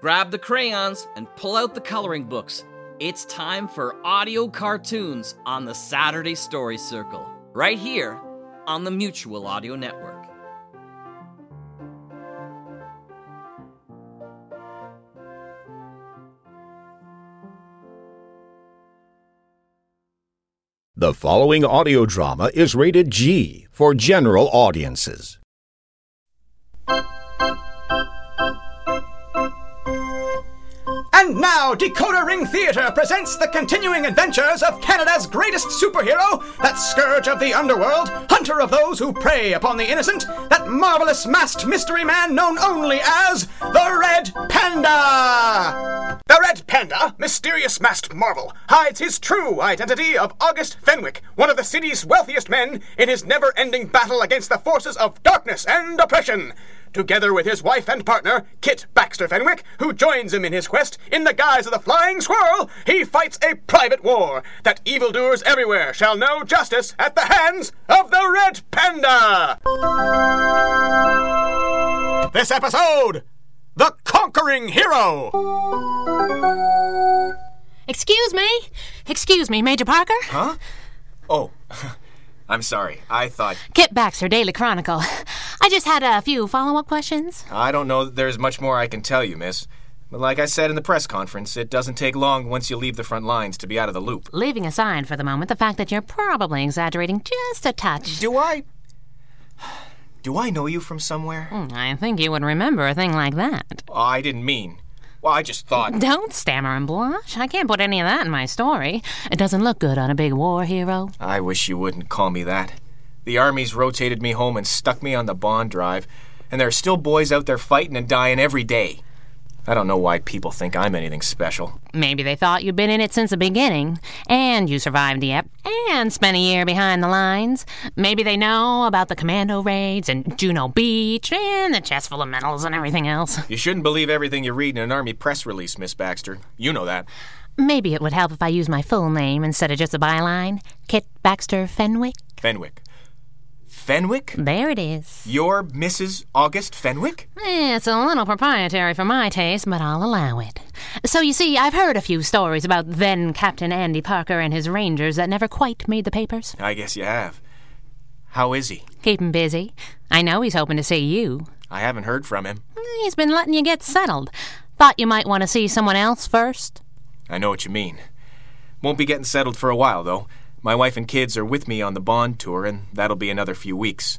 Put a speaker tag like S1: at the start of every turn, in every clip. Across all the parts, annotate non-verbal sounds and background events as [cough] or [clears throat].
S1: Grab the crayons and pull out the coloring books. It's time for audio cartoons on the Saturday Story Circle, right here on the Mutual Audio Network.
S2: The following audio drama is rated G for general audiences.
S3: And now, Dakota Ring Theater presents the continuing adventures of Canada's greatest superhero, that scourge of the underworld, hunter of those who prey upon the innocent, that marvelous masked mystery man known only as the Red Panda! The Red Panda, mysterious masked marvel, hides his true identity of August Fenwick, one of the city's wealthiest men, in his never ending battle against the forces of darkness and oppression together with his wife and partner, Kit Baxter Fenwick, who joins him in his quest in the guise of the Flying Squirrel, he fights a private war that evildoers everywhere shall know justice at the hands of the Red Panda. This episode The Conquering Hero.
S4: Excuse me? Excuse me, Major Parker?
S5: Oh, [laughs] I'm sorry. I thought.
S4: Kit Baxter, Daily Chronicle. I just had a few follow up questions.
S5: I don't know that there's much more I can tell you, miss. But like I said in the press conference, it doesn't take long once you leave the front lines to be out of the loop.
S4: Leaving aside for the moment the fact that you're probably exaggerating just a touch.
S5: Do I. Do I know you from somewhere?
S4: Hmm, I think you would remember a thing like that.
S5: I didn't mean. Well, I just thought.
S4: Don't stammer and blush. I can't put any of that in my story. It doesn't look good on a big war hero.
S5: I wish you wouldn't call me that. The Army's rotated me home and stuck me on the bond drive, and there are still boys out there fighting and dying every day. I don't know why people think I'm anything special.
S4: Maybe they thought you'd been in it since the beginning, and you survived Yep, and spent a year behind the lines. Maybe they know about the commando raids and Juno Beach and the chest full of medals and everything else.
S5: You shouldn't believe everything you read in an Army press release, Miss Baxter. You know that.
S4: Maybe it would help if I used my full name instead of just a byline Kit Baxter Fenwick.
S5: Fenwick. Fenwick?
S4: There it is.
S5: You're Mrs. August Fenwick?
S4: Eh, It's a little proprietary for my taste, but I'll allow it. So, you see, I've heard a few stories about then Captain Andy Parker and his Rangers that never quite made the papers.
S5: I guess you have. How is he?
S4: Keep him busy. I know he's hoping to see you.
S5: I haven't heard from him.
S4: He's been letting you get settled. Thought you might want to see someone else first.
S5: I know what you mean. Won't be getting settled for a while, though. My wife and kids are with me on the bond tour, and that'll be another few weeks.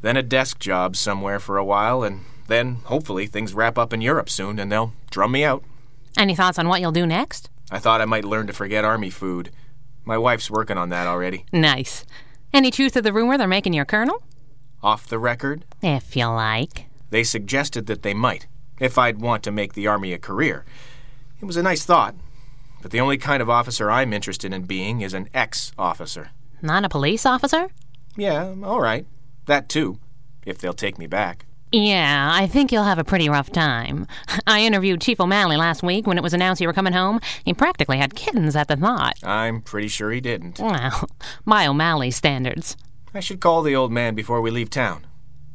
S5: Then a desk job somewhere for a while, and then hopefully things wrap up in Europe soon and they'll drum me out.
S4: Any thoughts on what you'll do next?
S5: I thought I might learn to forget army food. My wife's working on that already.
S4: Nice. Any truth to the rumor they're making your colonel?
S5: Off the record,
S4: If you like.
S5: They suggested that they might, if I'd want to make the Army a career. It was a nice thought, but the only kind of officer I'm interested in being is an ex officer.
S4: Not a police officer?
S5: Yeah, all right. That too, if they'll take me back.
S4: Yeah, I think you'll have a pretty rough time. I interviewed Chief O'Malley last week when it was announced you were coming home. He practically had kittens at the thought.
S5: I'm pretty sure he didn't.
S4: Well, [laughs] by O'Malley standards.
S5: I should call the old man before we leave town.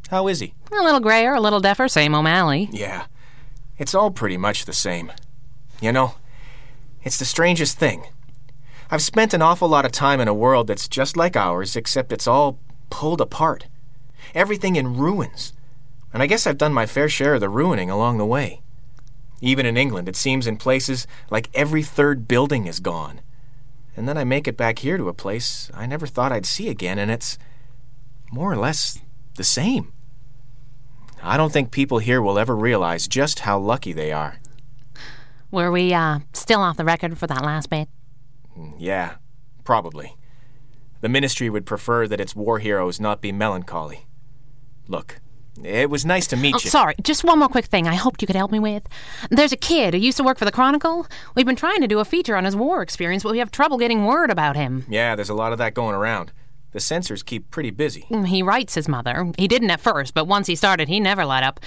S5: How is he?
S4: A little grayer, a little deafer, same O'Malley.
S5: Yeah, it's all pretty much the same. You know, it's the strangest thing. I've spent an awful lot of time in a world that's just like ours, except it's all pulled apart. Everything in ruins. And I guess I've done my fair share of the ruining along the way. Even in England, it seems in places like every third building is gone. And then I make it back here to a place I never thought I'd see again, and it's more or less the same. I don't think people here will ever realize just how lucky they are.
S4: Were we, uh, still off the record for that last bit?
S5: Yeah, probably. The ministry would prefer that its war heroes not be melancholy. Look, it was nice to meet
S4: Oh,
S5: you.
S4: sorry, just one more quick thing I hoped you could help me with. There's a kid who used to work for the Chronicle. We've been trying to do a feature on his war experience, but we have trouble getting word about him.
S5: Yeah, there's a lot of that going around. The censors keep pretty busy.
S4: He writes his mother. He didn't at first, but once he started, he never let up.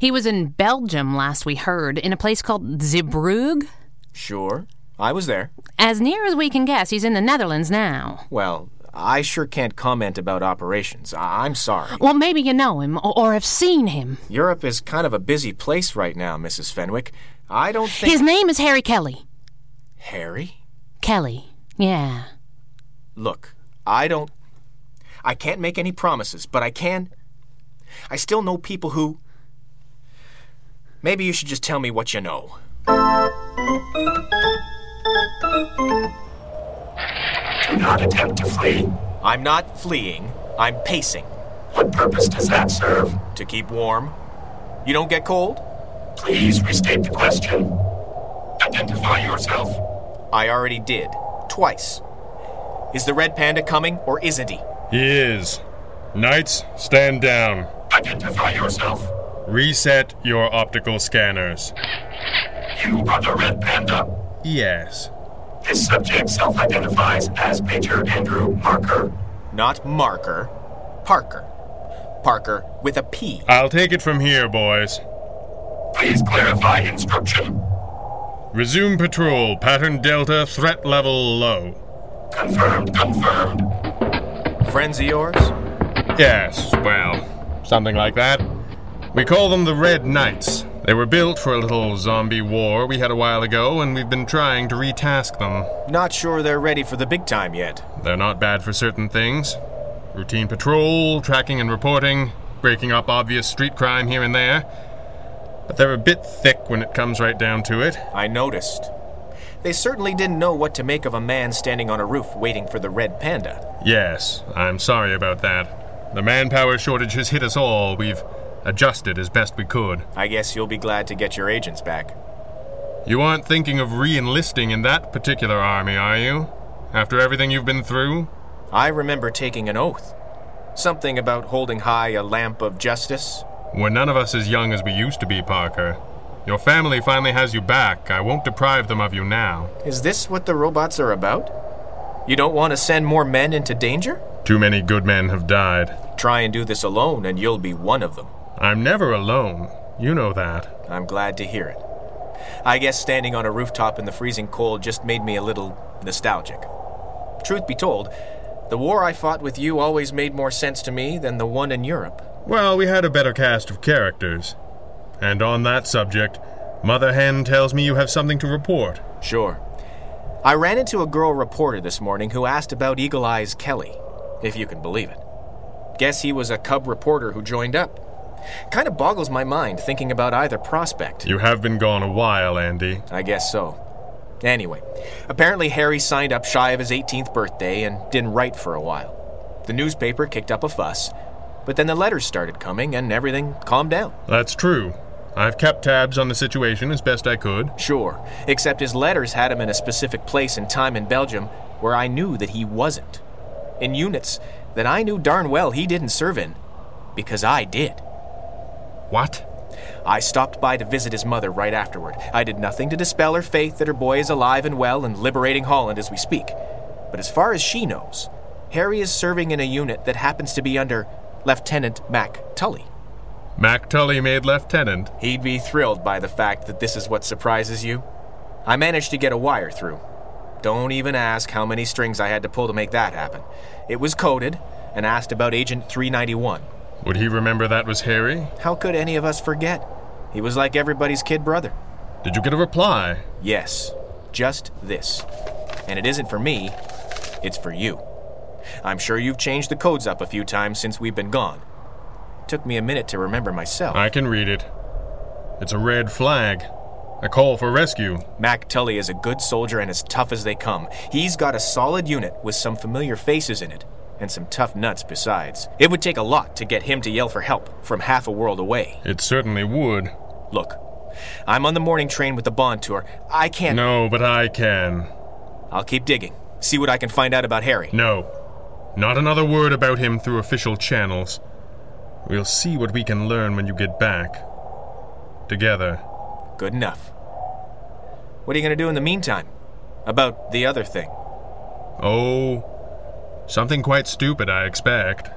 S4: He was in Belgium last we heard, in a place called Zeebrugge.
S5: Sure, I was there.
S4: As near as we can guess, he's in the Netherlands now.
S5: Well, I sure can't comment about operations. I- I'm sorry.
S4: Well, maybe you know him or, or have seen him.
S5: Europe is kind of a busy place right now, Mrs. Fenwick. I don't think.
S4: His name is Harry Kelly.
S5: Harry?
S4: Kelly. Yeah.
S5: Look, I don't. I can't make any promises, but I can. I still know people who. Maybe you should just tell me what you know.
S6: Do not attempt to flee.
S5: I'm not fleeing, I'm pacing.
S6: What purpose does that serve?
S5: To keep warm. You don't get cold?
S6: Please restate the question. Identify yourself.
S5: I already did. Twice. Is the red panda coming or isn't he?
S7: He is. Knights, stand down.
S6: Identify yourself.
S7: Reset your optical scanners.
S6: You are the Red Panda.
S7: Yes.
S6: This subject self identifies as Major Andrew Marker.
S5: Not Marker, Parker. Parker with a P.
S7: I'll take it from here, boys.
S6: Please clarify instruction.
S7: Resume patrol. Pattern Delta, threat level low.
S6: Confirmed, confirmed.
S5: Friends of yours?
S7: Yes, well, something like that. We call them the Red Knights. They were built for a little zombie war we had a while ago, and we've been trying to retask them.
S5: Not sure they're ready for the big time yet.
S7: They're not bad for certain things routine patrol, tracking and reporting, breaking up obvious street crime here and there. But they're a bit thick when it comes right down to it.
S5: I noticed. They certainly didn't know what to make of a man standing on a roof waiting for the red panda.
S7: Yes, I'm sorry about that. The manpower shortage has hit us all. We've adjusted as best we could.
S5: I guess you'll be glad to get your agents back.
S7: You aren't thinking of re enlisting in that particular army, are you? After everything you've been through?
S5: I remember taking an oath. Something about holding high a lamp of justice.
S7: We're none of us as young as we used to be, Parker. Your family finally has you back. I won't deprive them of you now.
S5: Is this what the robots are about? You don't want to send more men into danger?
S7: Too many good men have died.
S5: Try and do this alone, and you'll be one of them.
S7: I'm never alone. You know that.
S5: I'm glad to hear it. I guess standing on a rooftop in the freezing cold just made me a little nostalgic. Truth be told, the war I fought with you always made more sense to me than the one in Europe.
S7: Well, we had a better cast of characters. And on that subject, Mother Hen tells me you have something to report.
S5: Sure. I ran into a girl reporter this morning who asked about Eagle Eyes Kelly, if you can believe it. Guess he was a cub reporter who joined up. Kind of boggles my mind thinking about either prospect.
S7: You have been gone a while, Andy.
S5: I guess so. Anyway, apparently Harry signed up shy of his 18th birthday and didn't write for a while. The newspaper kicked up a fuss, but then the letters started coming and everything calmed down.
S7: That's true. I've kept tabs on the situation as best I could.
S5: Sure, except his letters had him in a specific place and time in Belgium where I knew that he wasn't. In units that I knew darn well he didn't serve in, because I did.
S7: What?
S5: I stopped by to visit his mother right afterward. I did nothing to dispel her faith that her boy is alive and well and liberating Holland as we speak. But as far as she knows, Harry is serving in a unit that happens to be under Lieutenant Mac Tully.
S7: Mac Tully made lieutenant.
S5: He'd be thrilled by the fact that this is what surprises you. I managed to get a wire through. Don't even ask how many strings I had to pull to make that happen. It was coded and asked about Agent 391.
S7: Would he remember that was Harry?
S5: How could any of us forget? He was like everybody's kid brother.
S7: Did you get a reply?
S5: Yes, just this. And it isn't for me, it's for you. I'm sure you've changed the codes up a few times since we've been gone. Took me a minute to remember myself.
S7: I can read it. It's a red flag. A call for rescue.
S5: Mac Tully is a good soldier and as tough as they come. He's got a solid unit with some familiar faces in it, and some tough nuts besides. It would take a lot to get him to yell for help from half a world away.
S7: It certainly would.
S5: Look, I'm on the morning train with the Bond tour. I can't.
S7: No, but I can.
S5: I'll keep digging. See what I can find out about Harry.
S7: No. Not another word about him through official channels. We'll see what we can learn when you get back. Together.
S5: Good enough. What are you going to do in the meantime? About the other thing.
S7: Oh, something quite stupid, I expect.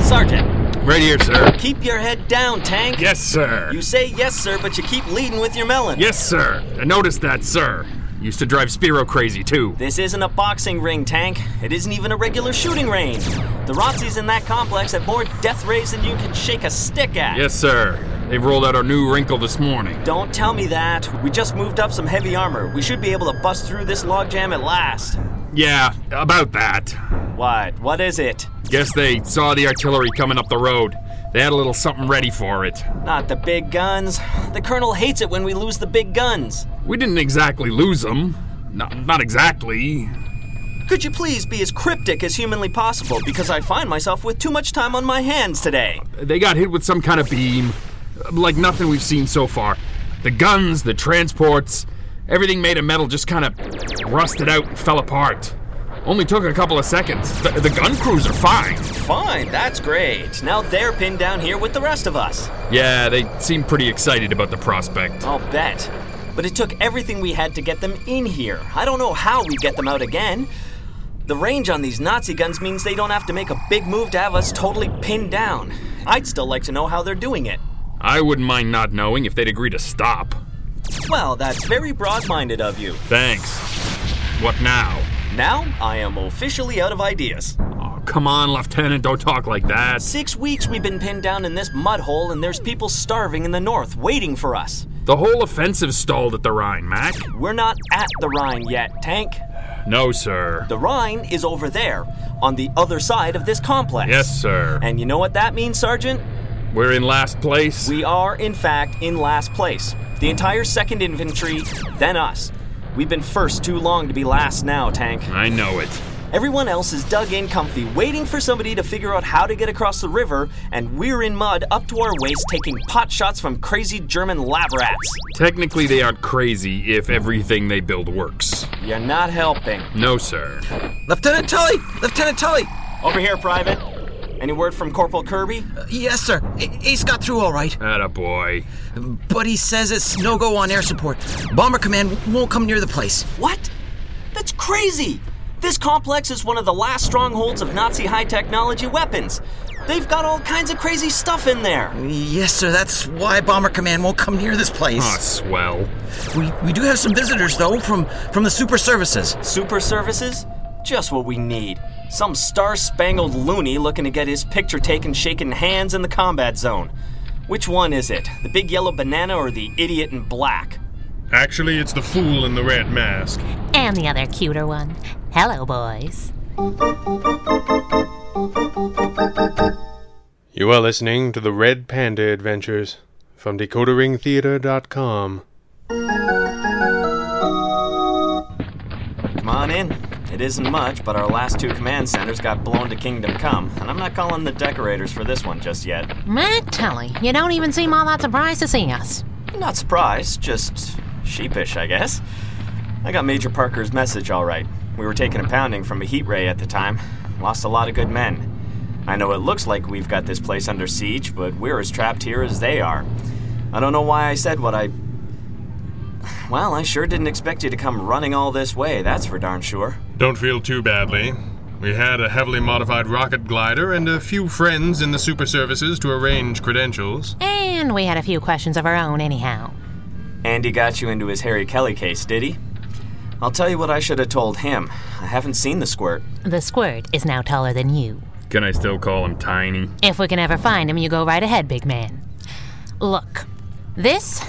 S1: Sergeant,
S7: Right here, sir.
S8: Keep your head down, Tank.
S9: Yes, sir.
S8: You say yes, sir, but you keep leading with your melon.
S9: Yes, sir. I noticed that, sir. Used to drive Spiro crazy, too.
S8: This isn't a boxing ring, Tank. It isn't even a regular shooting range. The Rotzies in that complex have more death rays than you can shake a stick at.
S9: Yes, sir. They've rolled out our new wrinkle this morning.
S8: Don't tell me that. We just moved up some heavy armor. We should be able to bust through this logjam at last.
S9: Yeah, about that.
S8: What? What is it?
S9: Guess they saw the artillery coming up the road. They had a little something ready for it.
S8: Not the big guns. The Colonel hates it when we lose the big guns.
S9: We didn't exactly lose them. Not, not exactly.
S8: Could you please be as cryptic as humanly possible? Because I find myself with too much time on my hands today.
S9: They got hit with some kind of beam, like nothing we've seen so far. The guns, the transports, everything made of metal just kind of rusted out and fell apart. Only took a couple of seconds. The, the gun crews are fine.
S8: Fine, that's great. Now they're pinned down here with the rest of us.
S9: Yeah, they seem pretty excited about the prospect.
S8: I'll bet. But it took everything we had to get them in here. I don't know how we get them out again. The range on these Nazi guns means they don't have to make a big move to have us totally pinned down. I'd still like to know how they're doing it.
S9: I wouldn't mind not knowing if they'd agree to stop.
S8: Well, that's very broad minded of you.
S9: Thanks. What now?
S8: Now I am officially out of ideas.
S9: Oh, come on, Lieutenant, don't talk like that.
S8: Six weeks we've been pinned down in this mud hole, and there's people starving in the north waiting for us.
S9: The whole offensive stalled at the Rhine, Mac.
S8: We're not at the Rhine yet, Tank.
S9: No, sir.
S8: The Rhine is over there, on the other side of this complex.
S9: Yes, sir.
S8: And you know what that means, Sergeant?
S9: We're in last place.
S8: We are, in fact, in last place. The entire 2nd Infantry, then us. We've been first too long to be last now, Tank.
S9: I know it.
S8: Everyone else is dug in comfy, waiting for somebody to figure out how to get across the river, and we're in mud up to our waist taking pot shots from crazy German lab rats.
S9: Technically, they aren't crazy if everything they build works.
S8: You're not helping.
S9: No, sir.
S10: Lieutenant Tully! Lieutenant Tully!
S8: Over here, Private. Any word from Corporal Kirby?
S10: Yes, sir. A- Ace got through all right,
S9: Atta boy.
S10: but he says it's no go on air support. Bomber Command won't come near the place.
S8: What? That's crazy! This complex is one of the last strongholds of Nazi high technology weapons. They've got all kinds of crazy stuff in there.
S10: Yes, sir. That's why Bomber Command won't come near this place.
S9: Ah, swell.
S10: We, we do have some visitors though from from the super services.
S8: Super services? Just what we need. Some star spangled loony looking to get his picture taken shaking hands in the combat zone. Which one is it? The big yellow banana or the idiot in black?
S7: Actually, it's the fool in the red mask.
S4: And the other cuter one. Hello, boys.
S11: You are listening to the Red Panda Adventures from DecoderingTheater.com.
S8: Come on in. It isn't much, but our last two command centers got blown to Kingdom Come, and I'm not calling the decorators for this one just yet.
S4: Matt Tully, you don't even seem all that surprised to see us.
S8: Not surprised, just sheepish, I guess. I got Major Parker's message all right. We were taking a pounding from a heat ray at the time. Lost a lot of good men. I know it looks like we've got this place under siege, but we're as trapped here as they are. I don't know why I said what I. Well, I sure didn't expect you to come running all this way, that's for darn sure.
S7: Don't feel too badly. We had a heavily modified rocket glider and a few friends in the super services to arrange credentials.
S4: And we had a few questions of our own, anyhow.
S8: Andy got you into his Harry Kelly case, did he? I'll tell you what I should have told him. I haven't seen the squirt.
S4: The squirt is now taller than you.
S9: Can I still call him Tiny?
S4: If we can ever find him, you go right ahead, big man. Look, this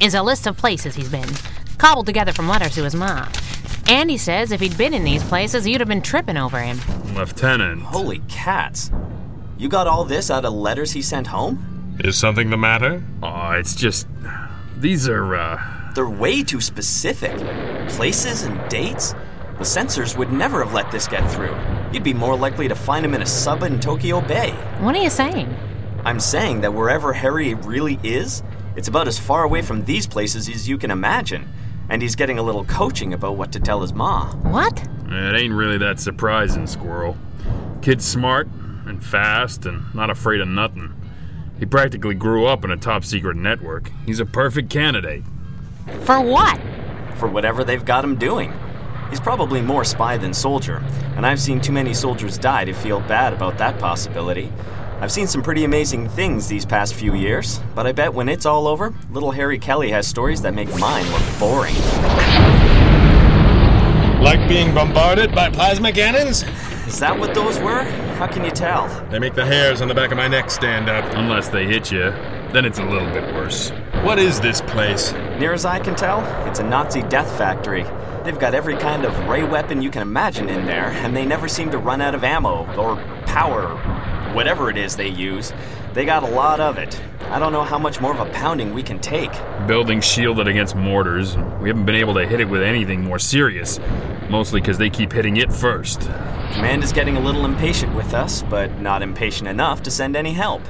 S4: is a list of places he's been, cobbled together from letters to his mom. Andy says if he'd been in these places, you'd have been tripping over him.
S9: Lieutenant.
S8: Holy cats. You got all this out of letters he sent home?
S7: Is something the matter?
S9: Aw, it's just. These are, uh.
S8: They're way too specific. Places and dates? The censors would never have let this get through. You'd be more likely to find him in a sub in Tokyo Bay.
S4: What are you saying?
S8: I'm saying that wherever Harry really is, it's about as far away from these places as you can imagine. And he's getting a little coaching about what to tell his ma.
S4: What?
S9: It ain't really that surprising, Squirrel. Kid's smart and fast and not afraid of nothing. He practically grew up in a top secret network. He's a perfect candidate.
S4: For what?
S8: for whatever they've got him doing. He's probably more spy than soldier, and I've seen too many soldiers die to feel bad about that possibility. I've seen some pretty amazing things these past few years, but I bet when it's all over, little Harry Kelly has stories that make mine look boring.
S7: Like being bombarded by plasma cannons?
S8: Is that what those were? How can you tell?
S7: They make the hairs on the back of my neck stand up.
S9: Unless they hit you, then it's a little bit worse.
S7: What is this place?
S8: Near as I can tell, it's a Nazi death factory. They've got every kind of ray weapon you can imagine in there, and they never seem to run out of ammo or power, whatever it is they use. They got a lot of it. I don't know how much more of a pounding we can take.
S9: Building shielded against mortars, we haven't been able to hit it with anything more serious. Mostly because they keep hitting it first.
S8: Command is getting a little impatient with us, but not impatient enough to send any help.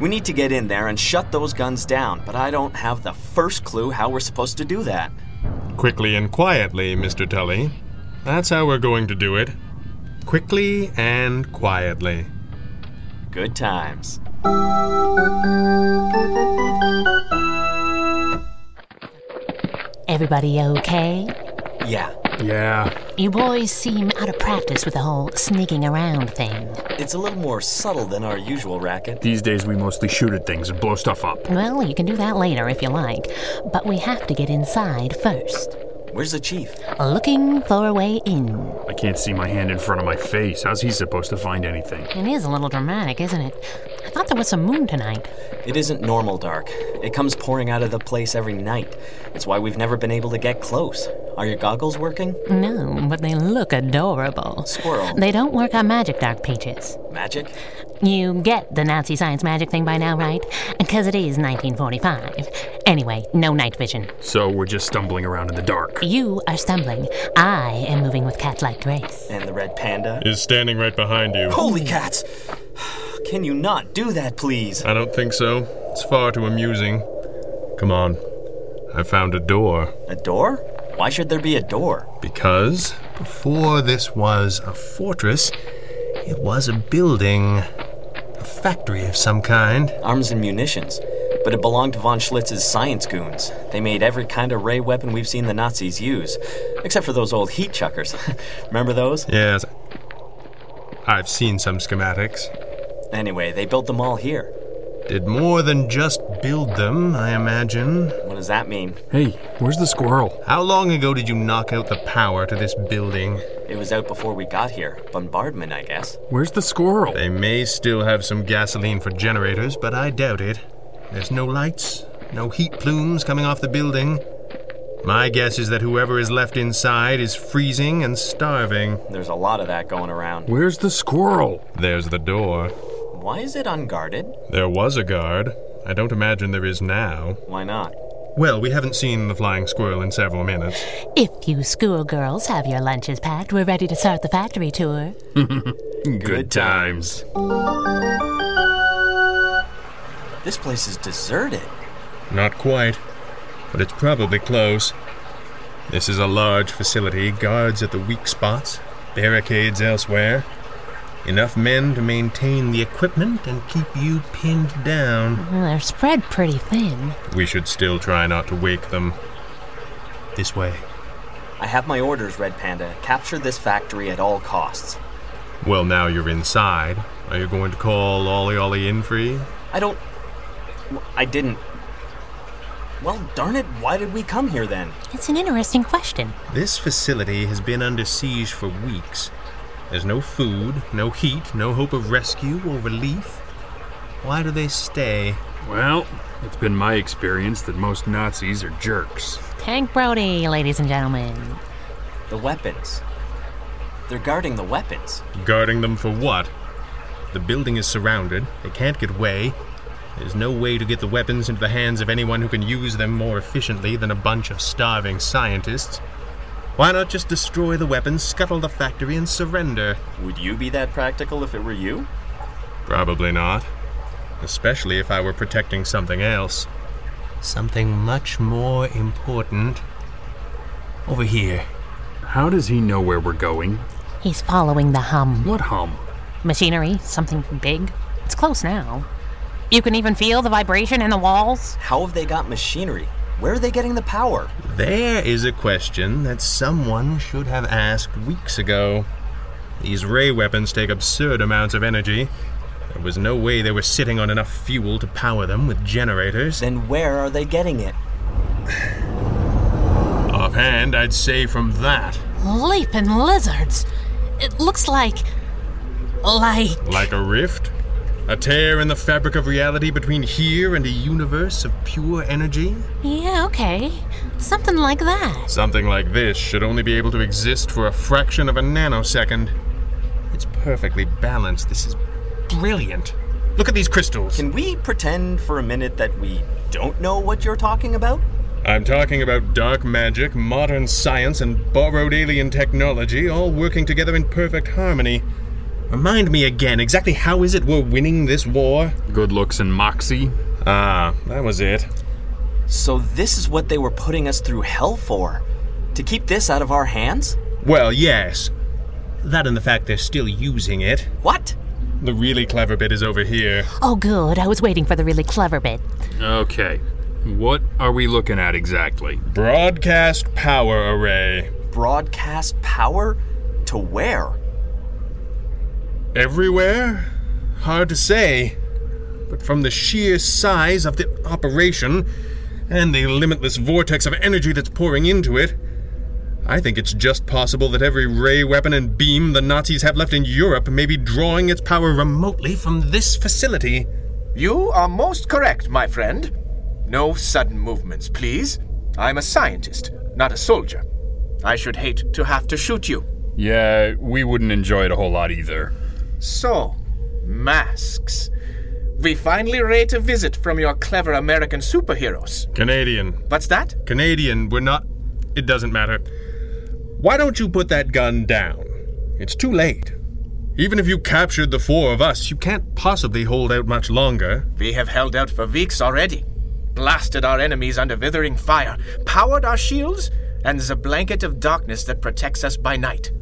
S8: We need to get in there and shut those guns down, but I don't have the first clue how we're supposed to do that.
S7: Quickly and quietly, Mr. Tully. That's how we're going to do it. Quickly and quietly.
S8: Good times.
S4: Everybody okay?
S8: Yeah.
S9: Yeah.
S4: You boys seem out of practice with the whole sneaking around thing.
S8: It's a little more subtle than our usual racket.
S9: These days we mostly shoot at things and blow stuff up.
S4: Well, you can do that later if you like, but we have to get inside first.
S8: Where's the chief?
S4: Looking for a way in.
S9: I can't see my hand in front of my face. How's he supposed to find anything?
S4: It is a little dramatic, isn't it? I thought there was some moon tonight.
S8: It isn't normal dark. It comes pouring out of the place every night. It's why we've never been able to get close. Are your goggles working?
S4: No, but they look adorable.
S8: Squirrel.
S4: They don't work on magic dark peaches.
S8: Magic?
S4: You get the Nazi science magic thing by now, right? Because it is 1945. Anyway, no night vision.
S9: So we're just stumbling around in the dark.
S4: You are stumbling. I am moving with cat like grace.
S8: And the red panda?
S7: Is standing right behind you.
S8: Holy cats! [sighs] Can you not do that, please?
S7: I don't think so. It's far too amusing. Come on. I found a door.
S8: A door? Why should there be a door?
S7: Because before this was a fortress, it was a building. A factory of some kind.
S8: Arms and munitions. But it belonged to von Schlitz's science goons. They made every kind of ray weapon we've seen the Nazis use, except for those old heat chuckers. [laughs] Remember those?
S7: Yes. I've seen some schematics.
S8: Anyway, they built them all here.
S7: Did more than just build them, I imagine.
S8: What does that mean?
S9: Hey, where's the squirrel?
S7: How long ago did you knock out the power to this building?
S8: It was out before we got here. Bombardment, I guess.
S9: Where's the squirrel?
S7: They may still have some gasoline for generators, but I doubt it. There's no lights, no heat plumes coming off the building. My guess is that whoever is left inside is freezing and starving.
S8: There's a lot of that going around.
S9: Where's the squirrel?
S7: There's the door.
S8: Why is it unguarded?
S7: There was a guard. I don't imagine there is now.
S8: Why not?
S7: Well, we haven't seen the flying squirrel in several minutes.
S4: If you schoolgirls have your lunches packed, we're ready to start the factory tour.
S9: Good, times.
S8: This place is deserted.
S7: Not quite, but it's probably close. This is a large facility, guards at the weak spots, barricades elsewhere. Enough men to maintain the equipment and keep you pinned down.
S4: Well, They're spread pretty thin.
S7: We should still try not to wake them. This way.
S8: I have my orders, Red Panda. Capture this factory at all costs.
S7: Well, now you're inside. Are you going to call Ollie Ollie in free?
S8: I don't. w- I didn't. Well, darn it, why did we come here then?
S4: It's an interesting question.
S7: This facility has been under siege for weeks. There's no food, no heat, no hope of rescue or relief. Why do they stay?
S9: Well, it's been my experience that most Nazis are jerks.
S4: Tank Brody, ladies and gentlemen.
S8: The weapons. They're guarding the weapons.
S7: Guarding them for what? The building is surrounded. They can't get away. There's no way to get the weapons into the hands of anyone who can use them more efficiently than a bunch of starving scientists. Why not just destroy the weapons, scuttle the factory, and surrender?
S8: Would you be that practical if it were you?
S7: Probably not. Especially if I were protecting something else. Something much more important. Over here.
S9: How does he know where we're going?
S4: He's following the hum.
S9: What hum?
S4: Machinery, something big. It's close now. You can even feel the vibration in the walls.
S8: How have they got machinery? Where are they getting the power?
S7: There is a question that someone should have asked weeks ago. These ray weapons take absurd amounts of energy. There was no way they were sitting on enough fuel to power them with generators.
S8: Then where are they getting it?
S7: Offhand, I'd say from that.
S4: Leaping lizards. It looks like. like.
S7: Like a rift? A tear in the fabric of reality between here and a universe of pure energy?
S4: Yeah, okay. Something like that.
S7: Something like this should only be able to exist for a fraction of a nanosecond. It's perfectly balanced. This is brilliant. Look at these crystals.
S8: Can we pretend for a minute that we don't know what you're talking about?
S7: I'm talking about dark magic, modern science, and borrowed alien technology all working together in perfect harmony. Remind me again, exactly how is it we're winning this war?
S9: Good looks and moxie.
S7: Ah, that was it.
S8: So, this is what they were putting us through hell for? To keep this out of our hands?
S7: Well, yes. That and the fact they're still using it.
S8: What?
S7: The really clever bit is over here.
S4: Oh, good. I was waiting for the really clever bit.
S9: Okay. What are we looking at exactly?
S7: Broadcast power array.
S8: Broadcast power? To where?
S7: Everywhere? Hard to say. But from the sheer size of the operation and the limitless vortex of energy that's pouring into it, I think it's just possible that every ray weapon and beam the Nazis have left in Europe may be drawing its power remotely from this facility.
S12: You are most correct, my friend. No sudden movements, please. I'm a scientist, not a soldier. I should hate to have to shoot you.
S9: Yeah, we wouldn't enjoy it a whole lot either.
S12: So, masks. We finally rate a visit from your clever American superheroes.
S7: Canadian.
S12: What's that?
S7: Canadian, we're not. It doesn't matter. Why don't you put that gun down? It's too late. Even if you captured the four of us, you can't possibly hold out much longer.
S12: We have held out for weeks already. Blasted our enemies under withering fire, powered our shields, and the blanket of darkness that protects us by night.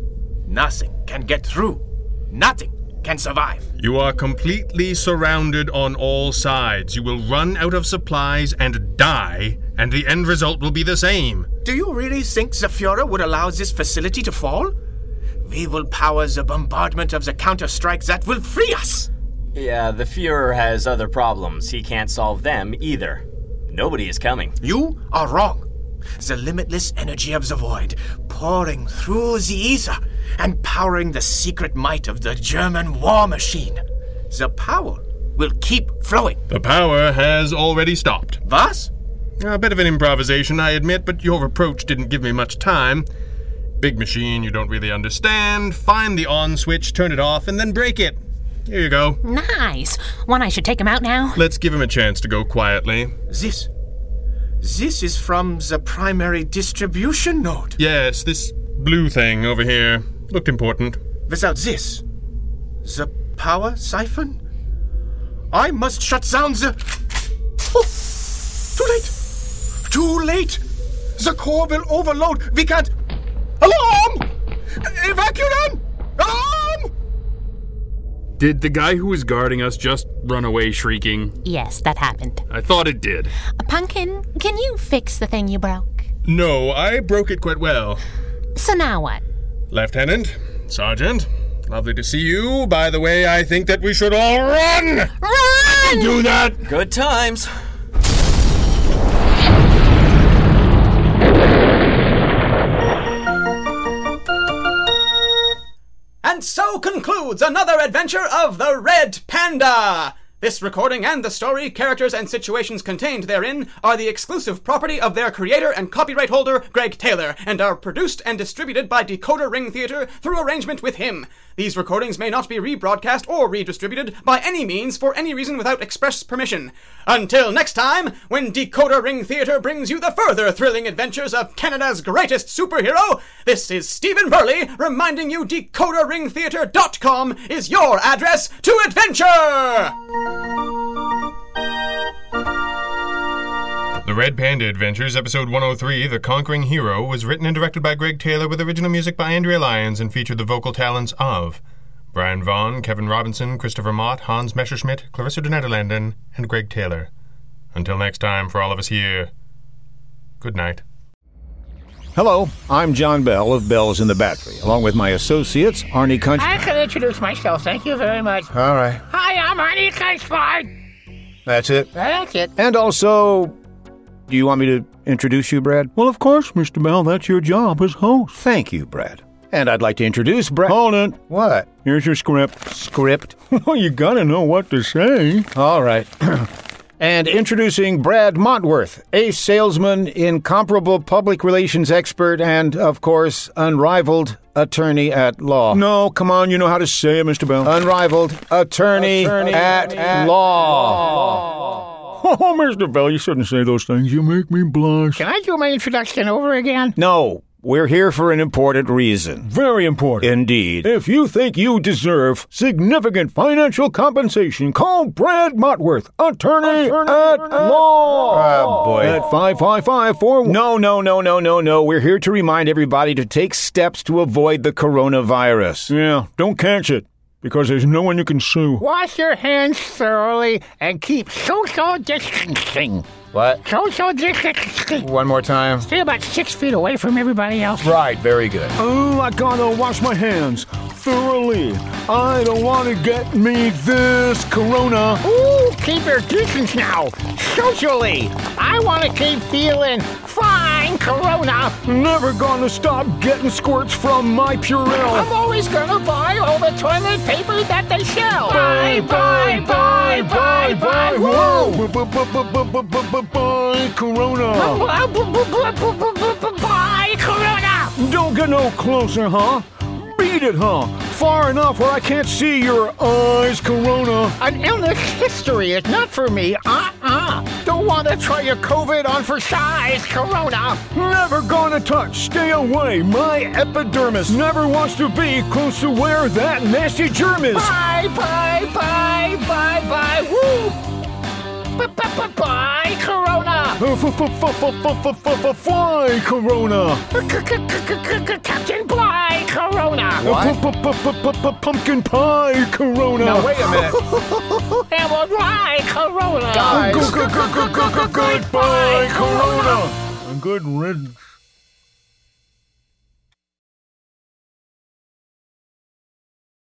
S12: Nothing can get through. Nothing can survive.
S7: You are completely surrounded on all sides. You will run out of supplies and die, and the end result will be the same.
S12: Do you really think the Fuhrer would allow this facility to fall? We will power the bombardment of the counterstrike that will free us!
S8: Yeah, the Fuhrer has other problems. He can't solve them either. Nobody is coming.
S12: You are wrong. The limitless energy of the void pouring through the ether and powering the secret might of the German war machine. The power will keep flowing.
S7: The power has already stopped.
S12: Was?
S7: A bit of an improvisation, I admit, but your approach didn't give me much time. Big machine you don't really understand. Find the on switch, turn it off, and then break it. Here you go.
S4: Nice. One I should take him out now?
S7: Let's give him a chance to go quietly.
S12: This. This is from the primary distribution node.
S7: Yes, this blue thing over here looked important.
S12: Without this, the power siphon? I must shut down the. Oh! Too late! Too late! The core will overload! We can't. Alarm! Evacuum! Alarm!
S9: Did the guy who was guarding us just run away shrieking?
S4: Yes, that happened.
S9: I thought it did.
S4: Pumpkin, can you fix the thing you broke?
S7: No, I broke it quite well.
S4: So now what?
S7: Lieutenant, Sergeant, lovely to see you. By the way, I think that we should all run!
S4: Run!
S9: Do that!
S8: Good times.
S3: And so concludes another adventure of the Red Panda! This recording and the story, characters, and situations contained therein are the exclusive property of their creator and copyright holder, Greg Taylor, and are produced and distributed by Decoder Ring Theater through arrangement with him. These recordings may not be rebroadcast or redistributed by any means for any reason without express permission. Until next time, when Decoder Ring Theater brings you the further thrilling adventures of Canada's greatest superhero, this is Stephen Burley reminding you DecoderRingTheater.com is your address to adventure!
S7: The Red Panda Adventures, Episode 103, The Conquering Hero, was written and directed by Greg Taylor with original music by Andrea Lyons and featured the vocal talents of Brian Vaughn, Kevin Robinson, Christopher Mott, Hans Messerschmidt, Clarissa de Nederlanden, and Greg Taylor. Until next time, for all of us here, good night.
S2: Hello, I'm John Bell of Bells in the Battery, along with my associates, Arnie Country.
S13: I can introduce myself. Thank you very much.
S2: All right,
S13: Hi, I'm Arnie Kunchbard.
S2: that's it.
S13: That's it.
S2: And also, do you want me to introduce you, Brad? Well, of course, Mr. Bell. That's your job as host. Thank you, Brad. And I'd like to introduce Brad. Hold it. What? Here's your script. Script? [laughs] Well, you gotta know what to say. All right. [clears throat] and introducing Brad Montworth, ace salesman, incomparable public relations expert, and, of course, unrivaled attorney at law. No, come on, you know how to say it, Mr. Bell. Unrivaled attorney, at, law. Oh, Mr. Bell, you shouldn't say those things. You make me blush.
S13: Can I do my introduction over again?
S2: No, we're here for an important reason. Very important. Indeed. If you think you deserve significant financial compensation, call Brad Motworth, attorney, at, law. Ah, boy. At 555 No, no, no, no, no, no. We're here to remind everybody to take steps to avoid the coronavirus. Yeah, don't catch it, because there's no one you can sue.
S13: Wash your hands thoroughly and keep social distancing.
S14: What?
S13: Social distancing.
S14: One more time.
S13: Stay about six feet away from everybody else.
S14: Right, very good.
S2: Oh, I gotta wash my hands thoroughly. I don't want to get me this corona.
S13: Ooh, keep your distance now. Socially, I want to keep feeling fine, Corona.
S2: Never gonna stop getting squirts from my
S13: I'm
S2: Purell.
S13: always gonna buy all the toilet paper that they sell. Buy, buy, buy, buy, buy. Whoa!
S2: Whoa! Bye, Corona.
S13: Buy Corona.
S2: Don't get no closer, huh? Beat it, huh? Far enough where I can't see your eyes, Corona.
S13: An illness history is not for me. Uh-uh. Don't want to try your COVID on for size, Corona.
S2: Never gonna touch, stay away, my epidermis. Never wants to be close to where that nasty germ is.
S13: Bye, bye, bye, bye, bye. Woo! Bye, Corona.
S2: Uh, Fly, Corona.
S13: Captain, bye,
S2: Uh,
S13: Corona.
S2: Pumpkin pie, Corona.
S14: Now, wait a minute.
S13: And we'll ride Corona.
S14: Guys.
S2: Goodbye, Corona. A good red